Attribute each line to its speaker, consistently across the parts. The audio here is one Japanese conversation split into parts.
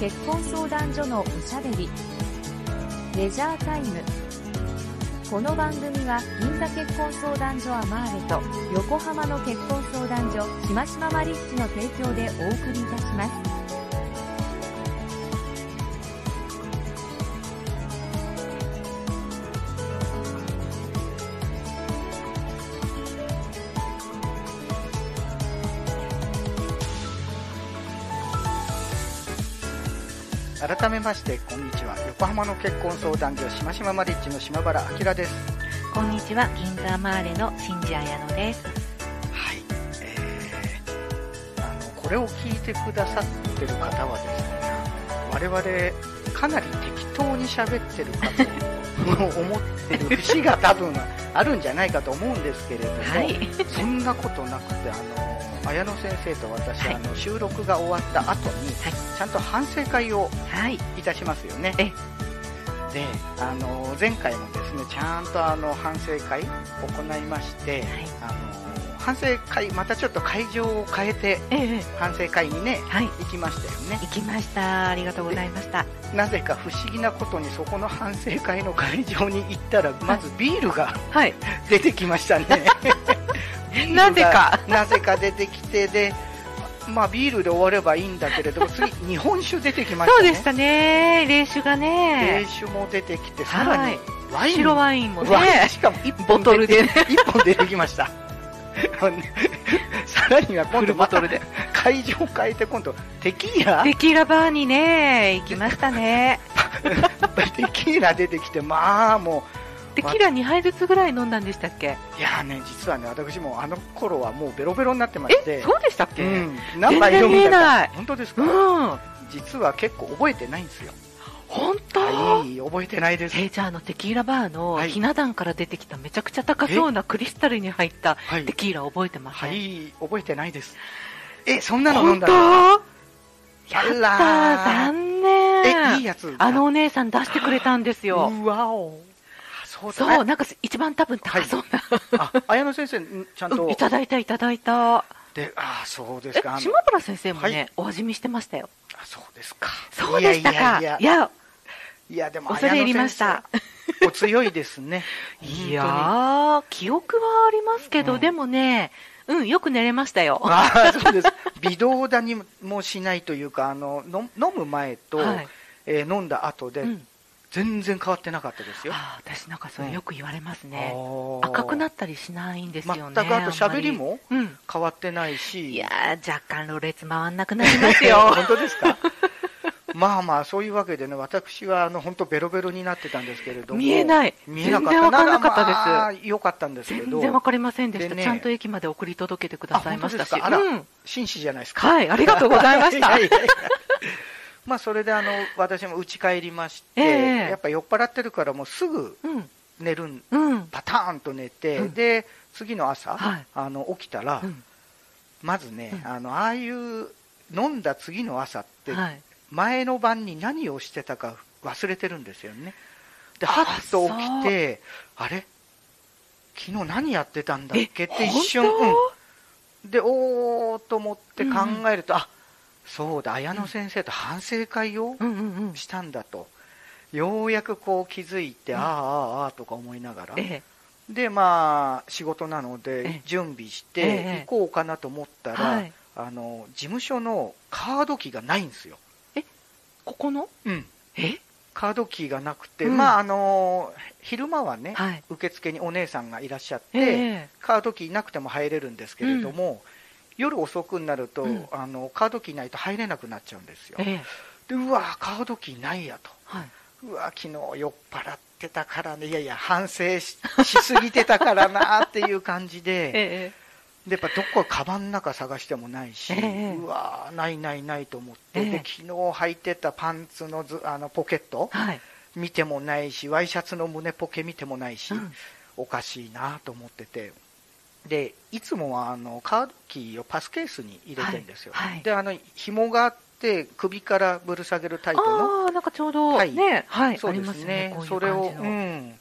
Speaker 1: 結婚相談所のおしゃべりレジャータイムこの番組は銀座結婚相談所アマーレと横浜の結婚相談所しましまマリッジの提供でお送りいたします
Speaker 2: 改めましてこんにちは横浜の結婚相談所しましまマリッジの島原明です
Speaker 3: こんにちは、銀座マーレの新次彩乃です。
Speaker 2: はいえー、あのこれを聞いてくださってる方はですね我々かなり適当に喋ってるかと思ってる節が多分あるんじゃないかと思うんですけれども、
Speaker 3: はい、
Speaker 2: そんなことなくて、あの綾乃先生と私、
Speaker 3: はい
Speaker 2: あの収録が終わった後に、
Speaker 3: はい
Speaker 2: ちゃんと反省会を
Speaker 3: はい、
Speaker 2: いたしますよね。
Speaker 3: え
Speaker 2: で、あの前回もですね、ちゃんとあの反省会行いまして、
Speaker 3: はい、
Speaker 2: あの反省会またちょっと会場を変えて
Speaker 3: ええ、
Speaker 2: 反省会にね
Speaker 3: はい、
Speaker 2: 行きましたよね。
Speaker 3: 行きました。ありがとうございました。
Speaker 2: なぜか不思議なことにそこの反省会の会場に行ったらまずビールが
Speaker 3: はい、
Speaker 2: 出てきましたね。
Speaker 3: なぜか。
Speaker 2: なぜか出てきてで、まあ、ビールで終わればいいんだけれども、次、日本酒出てきまし
Speaker 3: そう
Speaker 2: た
Speaker 3: で
Speaker 2: ね。
Speaker 3: したね。冷酒が
Speaker 2: 冷
Speaker 3: ね、
Speaker 2: 酒も出てきて、さら
Speaker 3: は
Speaker 2: に
Speaker 3: い、
Speaker 2: ワイン。
Speaker 3: 白ワインもね、
Speaker 2: ワインしかも一
Speaker 3: ボ
Speaker 2: 本
Speaker 3: トル
Speaker 2: 出て
Speaker 3: でね、
Speaker 2: 一本出てきました。 さらには今
Speaker 3: フ
Speaker 2: 度
Speaker 3: ル
Speaker 2: ま
Speaker 3: ボ
Speaker 2: た
Speaker 3: トルで。
Speaker 2: 会場を変えて今度テキーラ
Speaker 3: テキーラバーにね、行きましたね。
Speaker 2: テキーラ出てきてまあも
Speaker 3: テキーラ2杯ずつぐらい飲んだんでしたっけ
Speaker 2: ういやーね実はね私もあの頃はもうベロベロになってまして
Speaker 3: え、そうでしたっ
Speaker 2: う
Speaker 3: け
Speaker 2: ん、何杯飲んだ
Speaker 3: 全然見えな
Speaker 2: か
Speaker 3: い
Speaker 2: 本当です
Speaker 3: う
Speaker 2: か、
Speaker 3: ん、
Speaker 2: 実は結構覚えてないんですよ
Speaker 3: 本当
Speaker 2: はい覚えてないです
Speaker 3: えーじゃああのテキーラバーの
Speaker 2: はい
Speaker 3: ひな壇から出てきためちゃくちゃ高そうなクリスタルに入った
Speaker 2: はい
Speaker 3: テキーラ覚えてま
Speaker 2: は
Speaker 3: せん
Speaker 2: い、覚えてないです。え、そんなの飲ん
Speaker 3: 本
Speaker 2: だ
Speaker 3: 当
Speaker 2: の
Speaker 3: や
Speaker 2: あ
Speaker 3: った
Speaker 2: らー
Speaker 3: 残念
Speaker 2: え、いいやつ
Speaker 3: あのお姉さん出してくれたんですよ。
Speaker 2: うわお。そうだ
Speaker 3: そう、
Speaker 2: ね。
Speaker 3: なんか一番多分高そうな、
Speaker 2: あ、綾野先生、んちゃんと。
Speaker 3: うんいただいたいただいた。
Speaker 2: で、あ、そうで
Speaker 3: え
Speaker 2: すか。あ、の
Speaker 3: 島原先生もね、
Speaker 2: はい
Speaker 3: お味見してましたよ。
Speaker 2: あそうですか。
Speaker 3: そうでしたか。
Speaker 2: いや
Speaker 3: いや
Speaker 2: いやいや、いやでも、
Speaker 3: 恐れ入りました。
Speaker 2: 綾野先生。お強いですね。
Speaker 3: いやー、記憶はありますけど、
Speaker 2: うん
Speaker 3: でもね、うん、よく寝れましたよ。
Speaker 2: 本当に。あそうです。微動だにもしないというか、あの、の飲む前と、
Speaker 3: はい
Speaker 2: えー飲んだ後で、
Speaker 3: うん、
Speaker 2: 全然変わってなかったですよ。
Speaker 3: あー私なんかそ
Speaker 2: うん
Speaker 3: れよく言われますね。赤
Speaker 2: 赤
Speaker 3: くなったりしないんですよね。
Speaker 2: 全くあと喋り
Speaker 3: あん
Speaker 2: も
Speaker 3: まり。うん。
Speaker 2: 変わってないし。。
Speaker 3: いやー、若干ろれつ回んなくなりますよ
Speaker 2: 本当ですかまあまあ、そういうわけでね、私はあの本当、ベロベロになってたんですけれども、
Speaker 3: 見えない
Speaker 2: 見えなかった
Speaker 3: 全然わかんなかったです
Speaker 2: ならまあ、よかったんですけど、
Speaker 3: 全然わかりませんでした
Speaker 2: でね
Speaker 3: ちゃんと駅まで送り届けてくださいましたし、
Speaker 2: あ本当ですかあら
Speaker 3: うん、
Speaker 2: 紳士じゃないですか。
Speaker 3: はい、ありがとうございま し
Speaker 2: や
Speaker 3: た。
Speaker 2: ややまあそれであの私も家帰りまして、
Speaker 3: ええ
Speaker 2: やっぱ酔っ払ってるから、もうすぐ
Speaker 3: うん、
Speaker 2: 寝るん、
Speaker 3: うん、
Speaker 2: パターンと寝て、
Speaker 3: うん
Speaker 2: で次の朝、
Speaker 3: はい
Speaker 2: あの起きたら、
Speaker 3: うん
Speaker 2: まずね、
Speaker 3: うん
Speaker 2: あのああいう飲んだ次の朝って、
Speaker 3: はい。
Speaker 2: 前の晩に何をしてたか忘れてるんですよね。で、
Speaker 3: あ
Speaker 2: はっと起きて、あれ昨日何やってたんだっけって一瞬、
Speaker 3: 本
Speaker 2: うんで、おーっと思って考えると、あそうだ、綾
Speaker 3: う
Speaker 2: 野
Speaker 3: ん
Speaker 2: 先生と反省会を
Speaker 3: 当うんうんうん。
Speaker 2: したんだと、ようやくこう気づいて、
Speaker 3: うん
Speaker 2: ああ、ああ、ああとか思いながら、
Speaker 3: え
Speaker 2: で、まあ、仕事なの
Speaker 3: え
Speaker 2: で
Speaker 3: え、
Speaker 2: 準備し
Speaker 3: え
Speaker 2: て
Speaker 3: え
Speaker 2: 行こうかなと思った
Speaker 3: え、
Speaker 2: ら、
Speaker 3: はい。
Speaker 2: あの事務所のカードキーがないんですよ。
Speaker 3: ここの
Speaker 2: うん
Speaker 3: え
Speaker 2: カードキーがなくて、
Speaker 3: うん
Speaker 2: まああの昼間はね、
Speaker 3: はい。
Speaker 2: 受付にお姉さんがいらっしゃって、
Speaker 3: ええ
Speaker 2: カードキーなくても入れるんですけれども、夜遅くになると、
Speaker 3: うん
Speaker 2: あのカードキーないと入れなくなっちゃうんですよ。
Speaker 3: ええ
Speaker 2: でうわー、カードキーないやと、
Speaker 3: はい。
Speaker 2: うわー、昨日酔っ払ってたからね、いやいや、反省ししすぎてたからなーっていう感じで、
Speaker 3: え
Speaker 2: でやっぱどこかカバンの中探してもないし、
Speaker 3: ええ
Speaker 2: うわー、ないないないと思って、
Speaker 3: え
Speaker 2: で
Speaker 3: え
Speaker 2: 昨日履いてたパンツのずあのポケット。
Speaker 3: はい。
Speaker 2: 見てもないし、ワイシャツの胸ポケ見てもないし、
Speaker 3: うん
Speaker 2: おかしいなと思ってて、でいつもはあのカードキーをパスケースに入れてるんですよ、
Speaker 3: はいはい
Speaker 2: であの紐があって、首からぶる下げるタイプの、
Speaker 3: ああ、なんかちょうど、
Speaker 2: はい
Speaker 3: ね、はい、
Speaker 2: そう
Speaker 3: あり
Speaker 2: で
Speaker 3: ますす
Speaker 2: ね
Speaker 3: ね。こういう
Speaker 2: そ
Speaker 3: 感
Speaker 2: れを、
Speaker 3: じ
Speaker 2: う
Speaker 3: の。
Speaker 2: ん、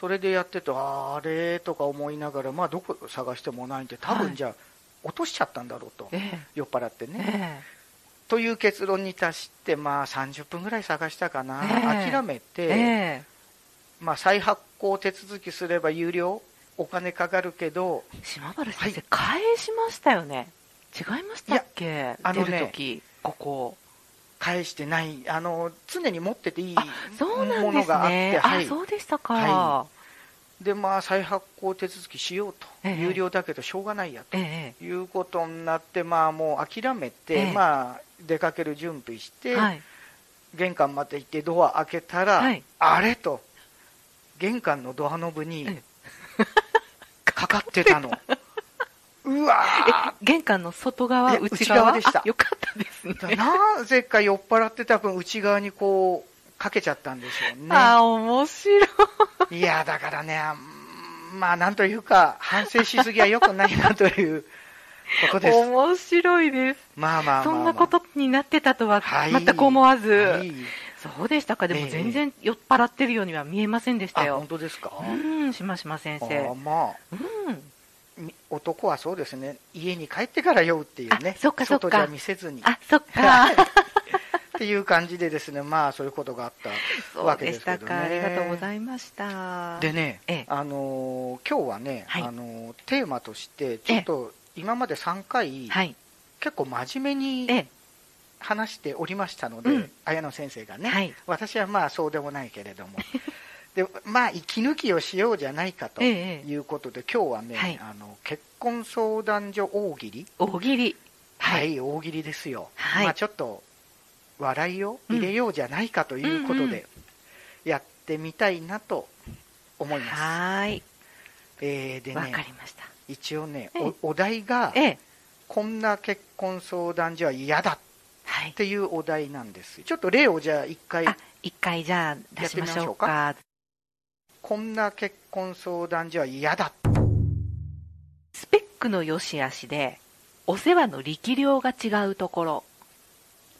Speaker 2: それでやってると、あーあれとか思いながら、まあ、どこ探してもないんで、多
Speaker 3: は
Speaker 2: 分
Speaker 3: い
Speaker 2: じゃあ、落としちゃったんだろうと、
Speaker 3: ええ
Speaker 2: 酔っ払ってね。
Speaker 3: ええ
Speaker 2: という結論に達して、まあ、30分ぐらい探したかな、
Speaker 3: ええ
Speaker 2: 諦めて、
Speaker 3: え
Speaker 2: まあ、再発行手続きすれば有料、お金かかるけど、
Speaker 3: え島原先生、返しましたよね違いましたっけ
Speaker 2: あのね
Speaker 3: 出る時ここ
Speaker 2: 返してない、あの常に持ってていい
Speaker 3: あそうなん
Speaker 2: も
Speaker 3: で
Speaker 2: の
Speaker 3: す
Speaker 2: があって、
Speaker 3: ね
Speaker 2: はい
Speaker 3: あそうでしたか、
Speaker 2: はでまあ、再発行手続きしようと、
Speaker 3: ええ
Speaker 2: 有料だけどしょうがないやと。
Speaker 3: え
Speaker 2: いうことになって、まあ、もう諦めて、
Speaker 3: ええ
Speaker 2: まあ、出かける準備し
Speaker 3: え
Speaker 2: て、
Speaker 3: はい
Speaker 2: 玄関まで行ってドア開けたら、
Speaker 3: はい
Speaker 2: あれと、玄関のドアノブに
Speaker 3: え
Speaker 2: かかって たの。うわー
Speaker 3: 玄関の外側
Speaker 2: え
Speaker 3: 内
Speaker 2: 内側
Speaker 3: 側
Speaker 2: でした
Speaker 3: あよかったですね
Speaker 2: なぜか酔っ払ってた分、内側にこう、かけちゃったんでしょうね。
Speaker 3: あ面白い
Speaker 2: いや、だからね、あんまあ、なんというか、反省しすぎは良くないなということ です。
Speaker 3: 面白いです
Speaker 2: まあまあまあ、まあ、
Speaker 3: そんなことになってたとは
Speaker 2: はい
Speaker 3: 全く思わず、
Speaker 2: はい
Speaker 3: そうでしたかで
Speaker 2: え
Speaker 3: も
Speaker 2: え
Speaker 3: 全然酔っ払ってるようには見えませんでした
Speaker 2: あ、
Speaker 3: よ
Speaker 2: 本、当ですか、
Speaker 3: うんしましま先
Speaker 2: あー
Speaker 3: 生
Speaker 2: まあ、
Speaker 3: うん
Speaker 2: み男はそうですね、家に帰ってから酔うっていうね
Speaker 3: あ、そっかそっか
Speaker 2: 外じゃ見せずにっ
Speaker 3: あそっか
Speaker 2: ていう感じでですね、まあそういうことがあっ
Speaker 3: そうでしたか、
Speaker 2: わ
Speaker 3: あ
Speaker 2: けですけ
Speaker 3: り
Speaker 2: どね
Speaker 3: がとうございました
Speaker 2: た。でね、
Speaker 3: ええ
Speaker 2: あのー今日はね、
Speaker 3: はい
Speaker 2: あのーテーマとして、ちょっと今まで3回、
Speaker 3: はい
Speaker 2: 結構真面目
Speaker 3: え
Speaker 2: に
Speaker 3: え
Speaker 2: 話しておりましたので、
Speaker 3: うん
Speaker 2: 綾野先生がね、
Speaker 3: はい
Speaker 2: 私はまあそうでもないけれ ども、でまあ息抜きをしようじゃないかと。
Speaker 3: ええええ
Speaker 2: いうことで今日はね、
Speaker 3: はい
Speaker 2: あの結婚相談所大喜利
Speaker 3: 大喜利
Speaker 2: は、
Speaker 3: はい
Speaker 2: 大喜利ですよ、
Speaker 3: はい
Speaker 2: まあ、ちょっと笑いを入れようじゃないかということ
Speaker 3: うんうんうん
Speaker 2: で、やってみたいなと思います。
Speaker 3: はーい
Speaker 2: えーで
Speaker 3: わ、か
Speaker 2: ね、
Speaker 3: りました
Speaker 2: 一応ね
Speaker 3: ええ、
Speaker 2: おお題が、
Speaker 3: ええ
Speaker 2: こんな結婚相談所は嫌だ
Speaker 3: はい
Speaker 2: っていうお題なんです。ちょっと例をじゃあ一回、
Speaker 3: あ一回じゃあ出しましょうか
Speaker 2: こんな結婚相談所は嫌だ。
Speaker 3: スペックの良し悪しでお世話の力量が違うところ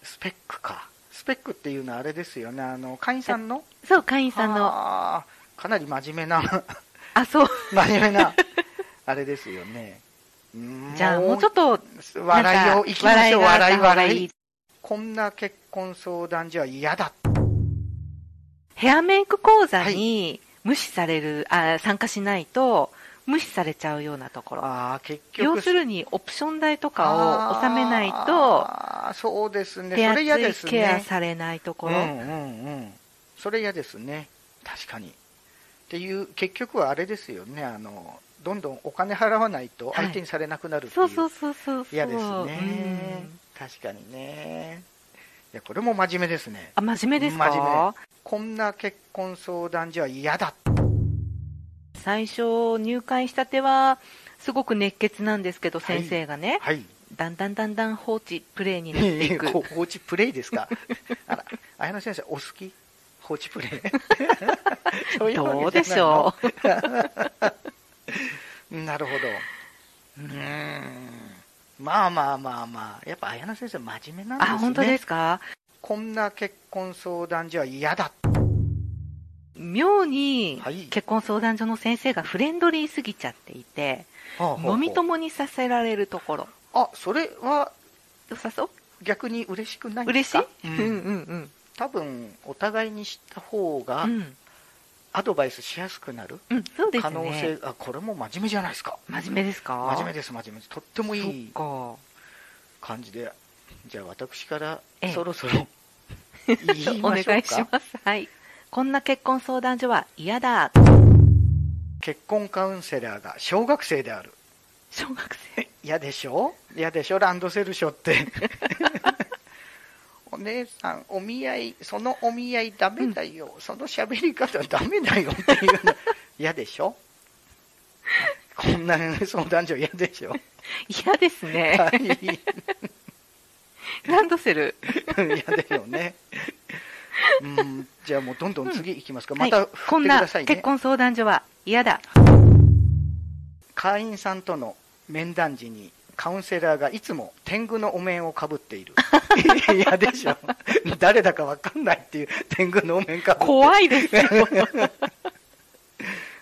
Speaker 2: スペックか。スペックっていうのはあれですよね、あの会員さんの
Speaker 3: そう会員さんの
Speaker 2: あーかなり真面目な。
Speaker 3: あそう
Speaker 2: 真面目なあれですよね。うーん
Speaker 3: じゃあもうちょっと
Speaker 2: 笑いを
Speaker 3: なん
Speaker 2: 生
Speaker 3: か
Speaker 2: きましょう、
Speaker 3: があっ
Speaker 2: 笑い
Speaker 3: た方が
Speaker 2: 笑い。こんな結婚相談所は嫌だ。
Speaker 3: ヘアメイク講座に無視される、あ参加しないと無視されちゃうようなところ
Speaker 2: ああ、結局。
Speaker 3: 要するにオプション代とかを納めないと
Speaker 2: あーそうですね。
Speaker 3: 手
Speaker 2: それ嫌で
Speaker 3: 厚
Speaker 2: す
Speaker 3: い
Speaker 2: ね。
Speaker 3: ケアされないとこ
Speaker 2: うん
Speaker 3: ろ、
Speaker 2: うんうん。それ嫌ですね。確かに。っていう、結局はあれですよね。あの、どんどんお金払わないと相手にされなくなるってい。
Speaker 3: そううそうそうそうそう
Speaker 2: 嫌です
Speaker 3: う
Speaker 2: ね
Speaker 3: ん。
Speaker 2: 確かにね。いや、これも真面目ですね。
Speaker 3: あ真面目ですか
Speaker 2: 真面こんな結婚相談所は嫌だ。
Speaker 3: 最初入会したてはすごく熱血なんですけど、
Speaker 2: はい
Speaker 3: 先生がね
Speaker 2: はい。
Speaker 3: だんだんだんだん放置プレイになって いく
Speaker 2: こ放置プレイですか。あら、綾野先生、お好き放置プレイ。そういう
Speaker 3: ど
Speaker 2: わ
Speaker 3: う
Speaker 2: け
Speaker 3: で
Speaker 2: じゃ
Speaker 3: しょう
Speaker 2: ないのなるほど。うーん。まあまあまあまあ、やっぱ綾野先生、真面目なんですね。
Speaker 3: あ本当ですか
Speaker 2: こんな結婚相談所は嫌だ。
Speaker 3: 妙に
Speaker 2: はい
Speaker 3: 結婚相談所の先生がフレンドリーすぎちゃっていて、飲み
Speaker 2: も。
Speaker 3: 友にさせられるところ
Speaker 2: あ、それは
Speaker 3: 良さそう
Speaker 2: 逆に嬉しくないで
Speaker 3: 嬉
Speaker 2: す
Speaker 3: しい
Speaker 2: か、
Speaker 3: うん、
Speaker 2: う
Speaker 3: うんんうん
Speaker 2: 多分、お互いにした方が
Speaker 3: う、ん
Speaker 2: アドバイスしやすくなる
Speaker 3: うんそうです
Speaker 2: 可能性
Speaker 3: ね
Speaker 2: が、あこれも真面目じゃないですか。
Speaker 3: 真面目ですか
Speaker 2: 真面目です、真面目です。とってもいい
Speaker 3: そ
Speaker 2: 感じで、じゃあ私から
Speaker 3: ええ
Speaker 2: そろそ ろ
Speaker 3: っか
Speaker 2: 言いま
Speaker 3: お願
Speaker 2: しょう
Speaker 3: いし
Speaker 2: か。
Speaker 3: ますはいこんな結婚相談所は嫌だ
Speaker 2: 結婚カウンセラーが小学生である。
Speaker 3: 小学生
Speaker 2: 嫌でしょ嫌でしょランドセルショって。 お姉さん、お見合い、そのお見合いダメだよ。その喋り方ダメだよっていうの 嫌でしょこんな相談所嫌でしょ、
Speaker 3: 嫌ですね、
Speaker 2: はい
Speaker 3: ランドセル
Speaker 2: 嫌だよね。うん、じゃあもうどんどん次行きますか。ま
Speaker 3: は
Speaker 2: た
Speaker 3: い、こ
Speaker 2: 振っ
Speaker 3: ん
Speaker 2: てく
Speaker 3: な
Speaker 2: ださいね。
Speaker 3: 結婚相談所は嫌だ
Speaker 2: 会員さんとの面談時にカウンセラーがいつも天狗のお面をかぶっている。 いやでしょ。誰だかわかんないっていう天狗のお面かぶって
Speaker 3: 怖いですよ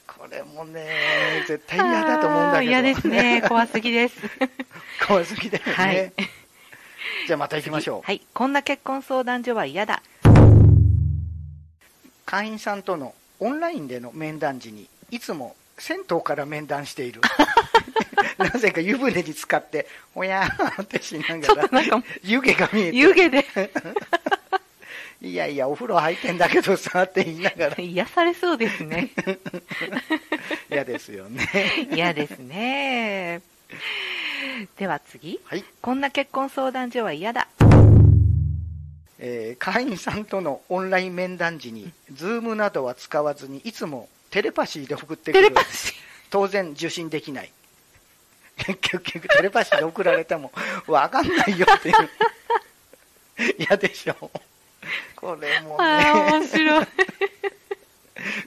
Speaker 2: これもね、絶対嫌だと思うんだけど。
Speaker 3: あー嫌ですね怖すぎです
Speaker 2: 怖すぎだよね。
Speaker 3: はい
Speaker 2: じゃあまた行きましょう。
Speaker 3: はい。こんな結婚相談所は嫌だ。
Speaker 2: 会員さんとのオンラインでの面談時にいつも銭湯から面談してい るなぜか湯船に浸かっておやーってしな
Speaker 3: ち
Speaker 2: が
Speaker 3: ょっ
Speaker 2: ら
Speaker 3: となんか、
Speaker 2: 湯気が見えて
Speaker 3: 湯気で
Speaker 2: いやいやお風呂入ってんだけどさって言いながら
Speaker 3: 癒されそうですね。
Speaker 2: 嫌ですよね
Speaker 3: 嫌ですね。では次。
Speaker 2: はい、
Speaker 3: こんな結婚相談所は嫌だ。
Speaker 2: えー会員さんとのオンライン面談時に Zoom などは使わずにいつもテレパシーで送ってく
Speaker 3: テレ
Speaker 2: る
Speaker 3: パシ
Speaker 2: 当然受信できない結局テレパシーで送られても分かんないよっていう嫌でしょこれも
Speaker 3: ー。ああ、
Speaker 2: ね
Speaker 3: 面白い。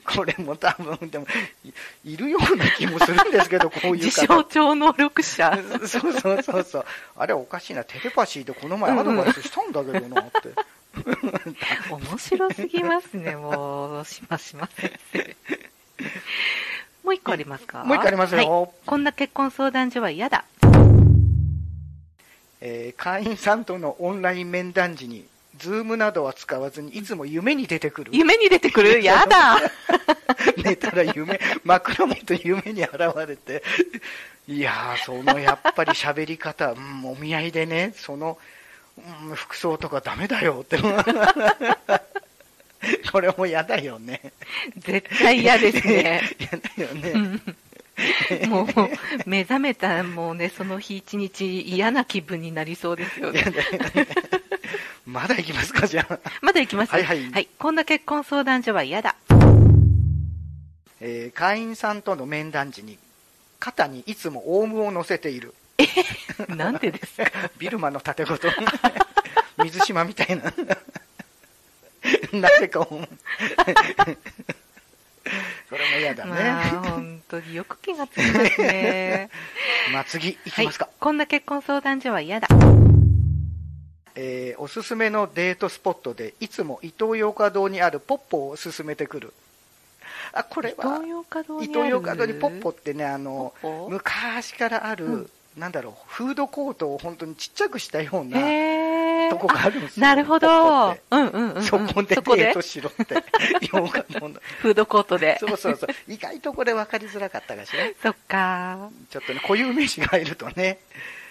Speaker 2: これも多分でもいいるような気もするんですけどこうい
Speaker 3: 自
Speaker 2: う
Speaker 3: 称
Speaker 2: 方
Speaker 3: 超能力者。
Speaker 2: そうそうそうそうあれおかしいなテレパシーでこの前アドバイスしたんだけどなって、
Speaker 3: 面白すぎますね、もう。しましま先生。もう一個 ありますか
Speaker 2: もう一個ありますよ、
Speaker 3: はいこんな結婚相談所は嫌だ。
Speaker 2: えー会員さんとのオンライン面談時に Zoom などは使わずにいつも夢に出てくる
Speaker 3: 夢に出てくるやだ
Speaker 2: 寝たら夢、 枕元夢に現れて、 いやー、そのやっぱり喋り方、うん、お見合いでね、その、うん、服装とかダメだよっ て。 これも嫌だよね。
Speaker 3: 絶対嫌ですね。
Speaker 2: 嫌だよ
Speaker 3: う
Speaker 2: ね。
Speaker 3: んもう、もう目覚めた、もうね、その日一日嫌な気分になりそうですよ
Speaker 2: 嫌
Speaker 3: ね。
Speaker 2: だよね。 まだ行きますか、じゃあ。
Speaker 3: まだ行きます
Speaker 2: はいはい
Speaker 3: こんな結婚相談所は嫌 だ。
Speaker 2: えー会員さんとの面談時に、肩にいつもオウムを乗せている。
Speaker 3: なんでですか
Speaker 2: ビルマの建てごと 水島みたいななぜか思う これも嫌だね、
Speaker 3: まあ、本当によく気がつきます ね。
Speaker 2: まあ次いきますか、
Speaker 3: はい、こんな結婚相談所は嫌だ。
Speaker 2: えーおすすめのデートスポットでいつもイトーヨーカドーにあるポッポを勧めてくるあこれは
Speaker 3: 東洋華堂に
Speaker 2: イ
Speaker 3: ある。
Speaker 2: トーヨーカドーにポッポってねあの
Speaker 3: ポッポ
Speaker 2: 昔からある、
Speaker 3: うん
Speaker 2: なんだろうフードコートを本当にちっちゃくしたような
Speaker 3: へー
Speaker 2: とこがあるんです
Speaker 3: あ
Speaker 2: よ
Speaker 3: なるほど。
Speaker 2: ポ
Speaker 3: う
Speaker 2: ッポって
Speaker 3: んうんうんうん。
Speaker 2: そこで
Speaker 3: そこ
Speaker 2: デー
Speaker 3: で
Speaker 2: トしろって、ヨガの女
Speaker 3: フードコートで。
Speaker 2: そうそうそう、意外とこれ分かりづらかったかしら、
Speaker 3: そっか。
Speaker 2: ちょっとね、固有名詞が入るとね、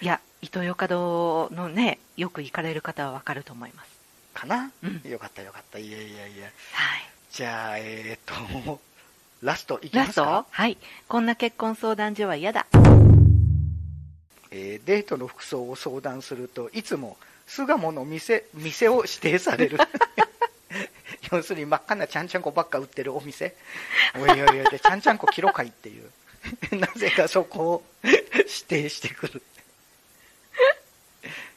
Speaker 3: いや、イトーヨーカドーのね、よく行かれる方はわかると思います。
Speaker 2: かな、
Speaker 3: うん
Speaker 2: よかったよかった、いやいやいや、
Speaker 3: はい。
Speaker 2: じゃあ、えー、と、ラストいきま
Speaker 3: ラス
Speaker 2: す
Speaker 3: ト
Speaker 2: か、
Speaker 3: はい。こんな結婚相談所は嫌だ。
Speaker 2: えーデートの服装を相談するといつも巣鴨の店店を指定さ れる。要するに真っ赤なちゃんちゃんこばっか売ってるお店おいおいおいでちゃんちゃんこ切ろかいっていう なぜかそこを指定してくる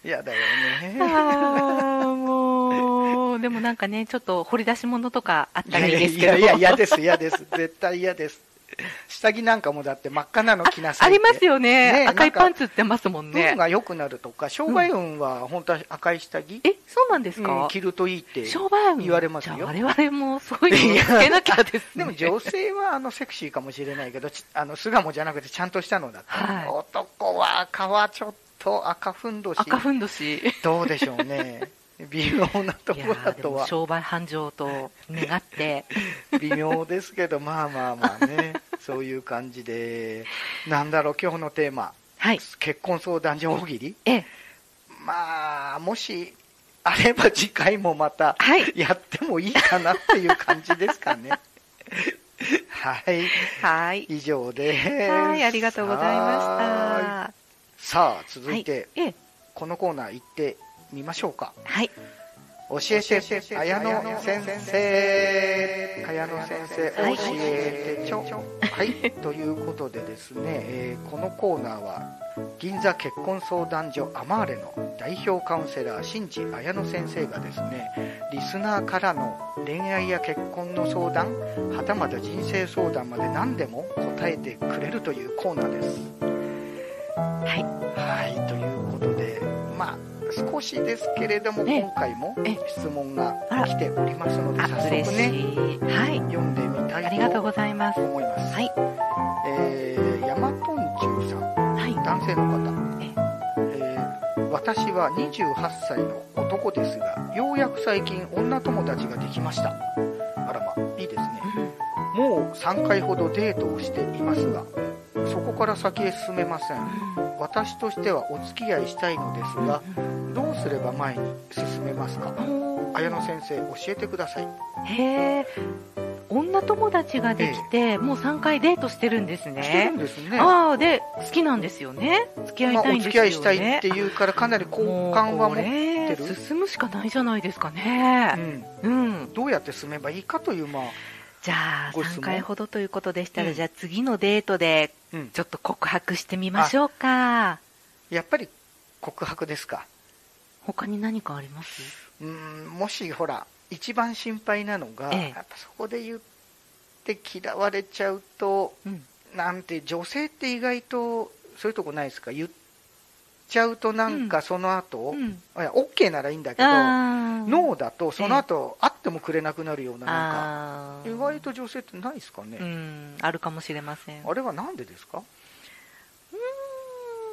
Speaker 2: 嫌だよ
Speaker 3: あ
Speaker 2: ね
Speaker 3: ーもう、でもなんかね、ちょっと掘り出し物とかあっ
Speaker 2: い
Speaker 3: た
Speaker 2: や
Speaker 3: らいいです
Speaker 2: い
Speaker 3: けど。
Speaker 2: やいや嫌です嫌です絶対嫌です下着なんかもだって真っ赤なの着なさ
Speaker 3: あ
Speaker 2: いっ
Speaker 3: り
Speaker 2: て
Speaker 3: ますよね。
Speaker 2: ねえ
Speaker 3: 赤
Speaker 2: ないんか
Speaker 3: パンツ売ってますもんね
Speaker 2: 運。が良くなるとか障害運は本当は赤い下着、
Speaker 3: え、そうなんですか、
Speaker 2: うん着るといいって
Speaker 3: 商売運
Speaker 2: 言われますよ
Speaker 3: じゃあ我々もそういうのつけなきゃです
Speaker 2: で
Speaker 3: ね。
Speaker 2: も女性はあのセクシーかもしれないけど、ちあの巣鴨じゃなくてちゃんとしたのだった、
Speaker 3: はい
Speaker 2: 男は赤はちょっと赤ふんどし、
Speaker 3: 赤ふんどし。 い
Speaker 2: どうでしょう ね、微妙なとこ
Speaker 3: や
Speaker 2: ろだ
Speaker 3: ーで
Speaker 2: と
Speaker 3: も
Speaker 2: は、
Speaker 3: 商売繁盛と願って。
Speaker 2: 微妙ですけど、まあまあまあ ね、そういう感じで、なんだろう、今日のテーマ、
Speaker 3: はい。
Speaker 2: 結婚相談所大喜利、
Speaker 3: ええ、
Speaker 2: まあ、もしあれば次回もまた
Speaker 3: はい
Speaker 2: やってもいいかなっていう感じですか ね。はい、
Speaker 3: はい。
Speaker 2: 以上です。
Speaker 3: はい、ありがとうござい
Speaker 2: はーい
Speaker 3: ま
Speaker 2: さあ、
Speaker 3: した。
Speaker 2: 続いて、
Speaker 3: はい、ええ、
Speaker 2: このコーナー行ってみましょうか。
Speaker 3: はい。
Speaker 2: 教えて、綾野先生。綾野先生、
Speaker 3: はい
Speaker 2: 教えてちょ。はい、ということでですね、えーこのコーナーは、銀座結婚相談所アマーレの代表カウンセラー、新地綾野先生がですね、リスナーからの恋愛や結婚の相談、はたまた人生相談まで何でも答えてくれるというコーナーです。
Speaker 3: はい。
Speaker 2: はい、ということで、まあ、少しですけれども、
Speaker 3: ええ
Speaker 2: 今回も
Speaker 3: ええ
Speaker 2: 質問が
Speaker 3: あら
Speaker 2: 来ておりますので、
Speaker 3: あ、
Speaker 2: 早
Speaker 3: 嬉
Speaker 2: 速ね、
Speaker 3: しい。はい。
Speaker 2: 読んでみた
Speaker 3: ありが
Speaker 2: い
Speaker 3: とう
Speaker 2: と
Speaker 3: ございます。
Speaker 2: 思います。
Speaker 3: はい。
Speaker 2: えー、ヤマトンチュウさん、
Speaker 3: はい。
Speaker 2: 男性の方、
Speaker 3: え
Speaker 2: えー私は28歳の男ですがようやく最近女友達ができましたあらまいいですねもう3回ほどデートをしていますがそこから先へ進めません私としてはお付き合いしたいのですがどうすれば前に進めますか綾野先生教えてください
Speaker 3: へえ女友達ができて、もう3回デートしてるんですね
Speaker 2: してるんですね
Speaker 3: ああで好きなんですよね付き合い
Speaker 2: まあ、
Speaker 3: た
Speaker 2: お
Speaker 3: いん
Speaker 2: 付
Speaker 3: です
Speaker 2: き
Speaker 3: よ
Speaker 2: 合い
Speaker 3: ね
Speaker 2: したいっていうからかなり好感は持って
Speaker 3: もうこ
Speaker 2: る
Speaker 3: れ進むしかないじゃないですか
Speaker 2: う
Speaker 3: ね
Speaker 2: ん、
Speaker 3: うん、
Speaker 2: どうやって進めばいいかというまあ
Speaker 3: じゃあ
Speaker 2: ご質問
Speaker 3: 3回ほどということでしたら、
Speaker 2: うん
Speaker 3: じゃあ次のデートで
Speaker 2: うん
Speaker 3: ちょっと告白してみましょうか
Speaker 2: やっぱり告白ですか
Speaker 3: 他に何かあります
Speaker 2: うーんもしほら一番心配なのが、
Speaker 3: ええ
Speaker 2: やっぱそこで言って嫌われちゃうと
Speaker 3: うん
Speaker 2: なんて女性って意外とそういうとこないですか言っちゃうとなん
Speaker 3: う
Speaker 2: か
Speaker 3: ん
Speaker 2: その後、
Speaker 3: うん
Speaker 2: いや OK ならいいんだけど
Speaker 3: あー
Speaker 2: ノーだとその後、会ってもくれなくなるようななんか
Speaker 3: あー
Speaker 2: 意外と女性ってないですかね、
Speaker 3: うんあるかもしれません
Speaker 2: あれはなんでですか
Speaker 3: うー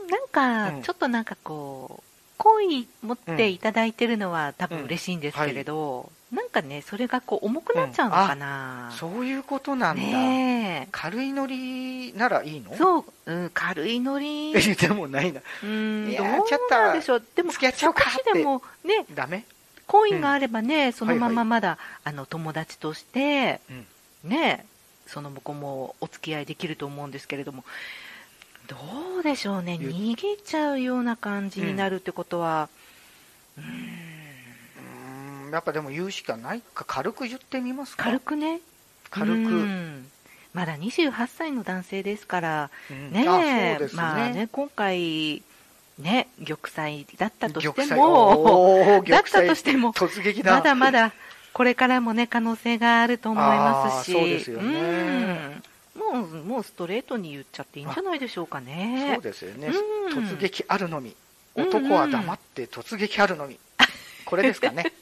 Speaker 3: んなん
Speaker 2: うん
Speaker 3: か、ちょっとなんかこう、好意持っていただいてるのは多分嬉しいんですけれど、なんかね、それがこう重くなっちゃうのかな。
Speaker 2: そういうことなんだ、
Speaker 3: ね
Speaker 2: 軽いノリならいいの
Speaker 3: え。そう、うん、軽いノリ。う
Speaker 2: でもないな
Speaker 3: ん、
Speaker 2: い
Speaker 3: どう
Speaker 2: やー
Speaker 3: なんでしょう。でも、
Speaker 2: 付き合っちゃうかって
Speaker 3: 少しでもね、
Speaker 2: ダメ
Speaker 3: 好意があればね、そのま
Speaker 2: はいは
Speaker 3: ま
Speaker 2: い
Speaker 3: まだ、あの友達として、
Speaker 2: うん
Speaker 3: ねえ、その向こうもお付き合いできると思うんですけれども、どうでしょうね、
Speaker 2: 言う
Speaker 3: 逃げちゃうような感じになるってことは、うーん
Speaker 2: うーんやっぱでも言うしかないか軽く言ってみますか
Speaker 3: 軽くね
Speaker 2: 軽く、
Speaker 3: うんまだ28歳の男性ですから
Speaker 2: うん
Speaker 3: ね
Speaker 2: あ
Speaker 3: え
Speaker 2: そうですね,、
Speaker 3: まあね今回ね玉砕だったとし
Speaker 2: 玉
Speaker 3: て
Speaker 2: 砕
Speaker 3: も
Speaker 2: おー
Speaker 3: だっ
Speaker 2: 玉
Speaker 3: た
Speaker 2: 砕
Speaker 3: としても
Speaker 2: 突撃だ
Speaker 3: まだまだこれからもね可能性があると思いますし
Speaker 2: あーそうですよね
Speaker 3: うんもうもうストレートに言っちゃっていいんじゃないでしょうかね
Speaker 2: そうですよね、
Speaker 3: うん
Speaker 2: 突撃あるのみ
Speaker 3: うんうん
Speaker 2: 男は黙って突撃あるのみ、これですか ね、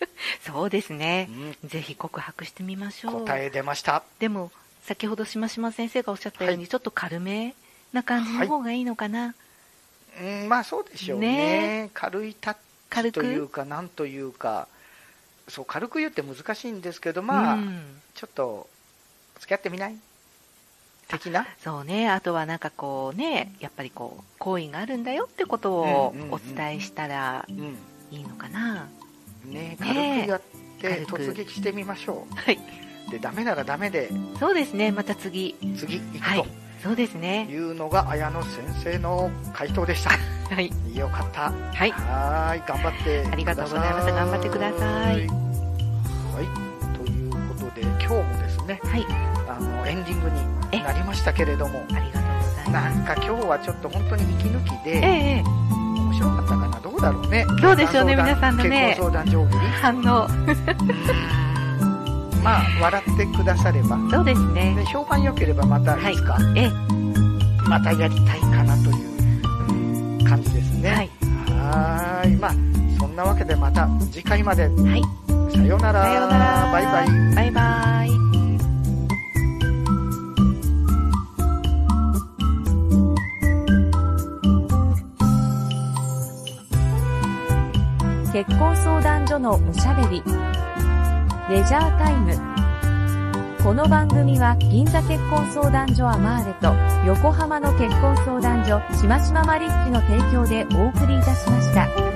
Speaker 3: そうですね
Speaker 2: うん
Speaker 3: ぜひ告白してみましょう
Speaker 2: 答え出ました
Speaker 3: でも先ほどしましま先生がおっしゃったように、
Speaker 2: はい
Speaker 3: ちょっと軽めな感じの方がいいのかな、
Speaker 2: うんまあそうでしょうね
Speaker 3: ね
Speaker 2: 軽いタッチ
Speaker 3: 軽く
Speaker 2: というかなんというかそう軽く言って難しいんですけどまあ、
Speaker 3: うん
Speaker 2: ちょっと付き合ってみない的な
Speaker 3: そうねあとはなんかこうねやっぱりこう好意があるんだよってことを
Speaker 2: うんうんうん
Speaker 3: お伝えしたら
Speaker 2: うん
Speaker 3: いいのかな、
Speaker 2: ね
Speaker 3: ね、
Speaker 2: 軽くやって
Speaker 3: 軽く
Speaker 2: 突撃してみましょ
Speaker 3: はい、
Speaker 2: う。で、ダメならダメで
Speaker 3: そうですねまた次
Speaker 2: 次行
Speaker 3: はい
Speaker 2: く
Speaker 3: そうです
Speaker 2: と
Speaker 3: ね
Speaker 2: いうのが綾野先生の回答 でした。
Speaker 3: はい、
Speaker 2: よかった。
Speaker 3: はい、
Speaker 2: はーい、頑張ってください。
Speaker 3: ありがとうございます頑張ってください
Speaker 2: はい、ということで今日もですね、
Speaker 3: はい、
Speaker 2: あのエンディングになりましたけれども、
Speaker 3: ありがとうございま
Speaker 2: な
Speaker 3: す
Speaker 2: んか今日はちょっと本当に息抜き
Speaker 3: ええ
Speaker 2: で
Speaker 3: え
Speaker 2: 面白かったかな。どうだろうね。
Speaker 3: どうでしょうね
Speaker 2: 相談
Speaker 3: 皆さんのね
Speaker 2: 結婚相談上下
Speaker 3: え反応
Speaker 2: に。まあ笑ってくだされば。
Speaker 3: そうですね
Speaker 2: で評判良ければまたいつか、
Speaker 3: ええ
Speaker 2: またやりたいかなという感じですね。
Speaker 3: はい
Speaker 2: はーいまあそんなわけでまた次回まで
Speaker 3: はい
Speaker 2: さようなら
Speaker 3: さようなら
Speaker 2: バイバイ。
Speaker 3: バイバイ
Speaker 1: 結婚相談所のおしゃべりレジャータイムこの番組は銀座結婚相談所アマーレと横浜の結婚相談所しましまマリッジの提供でお送りいたしました。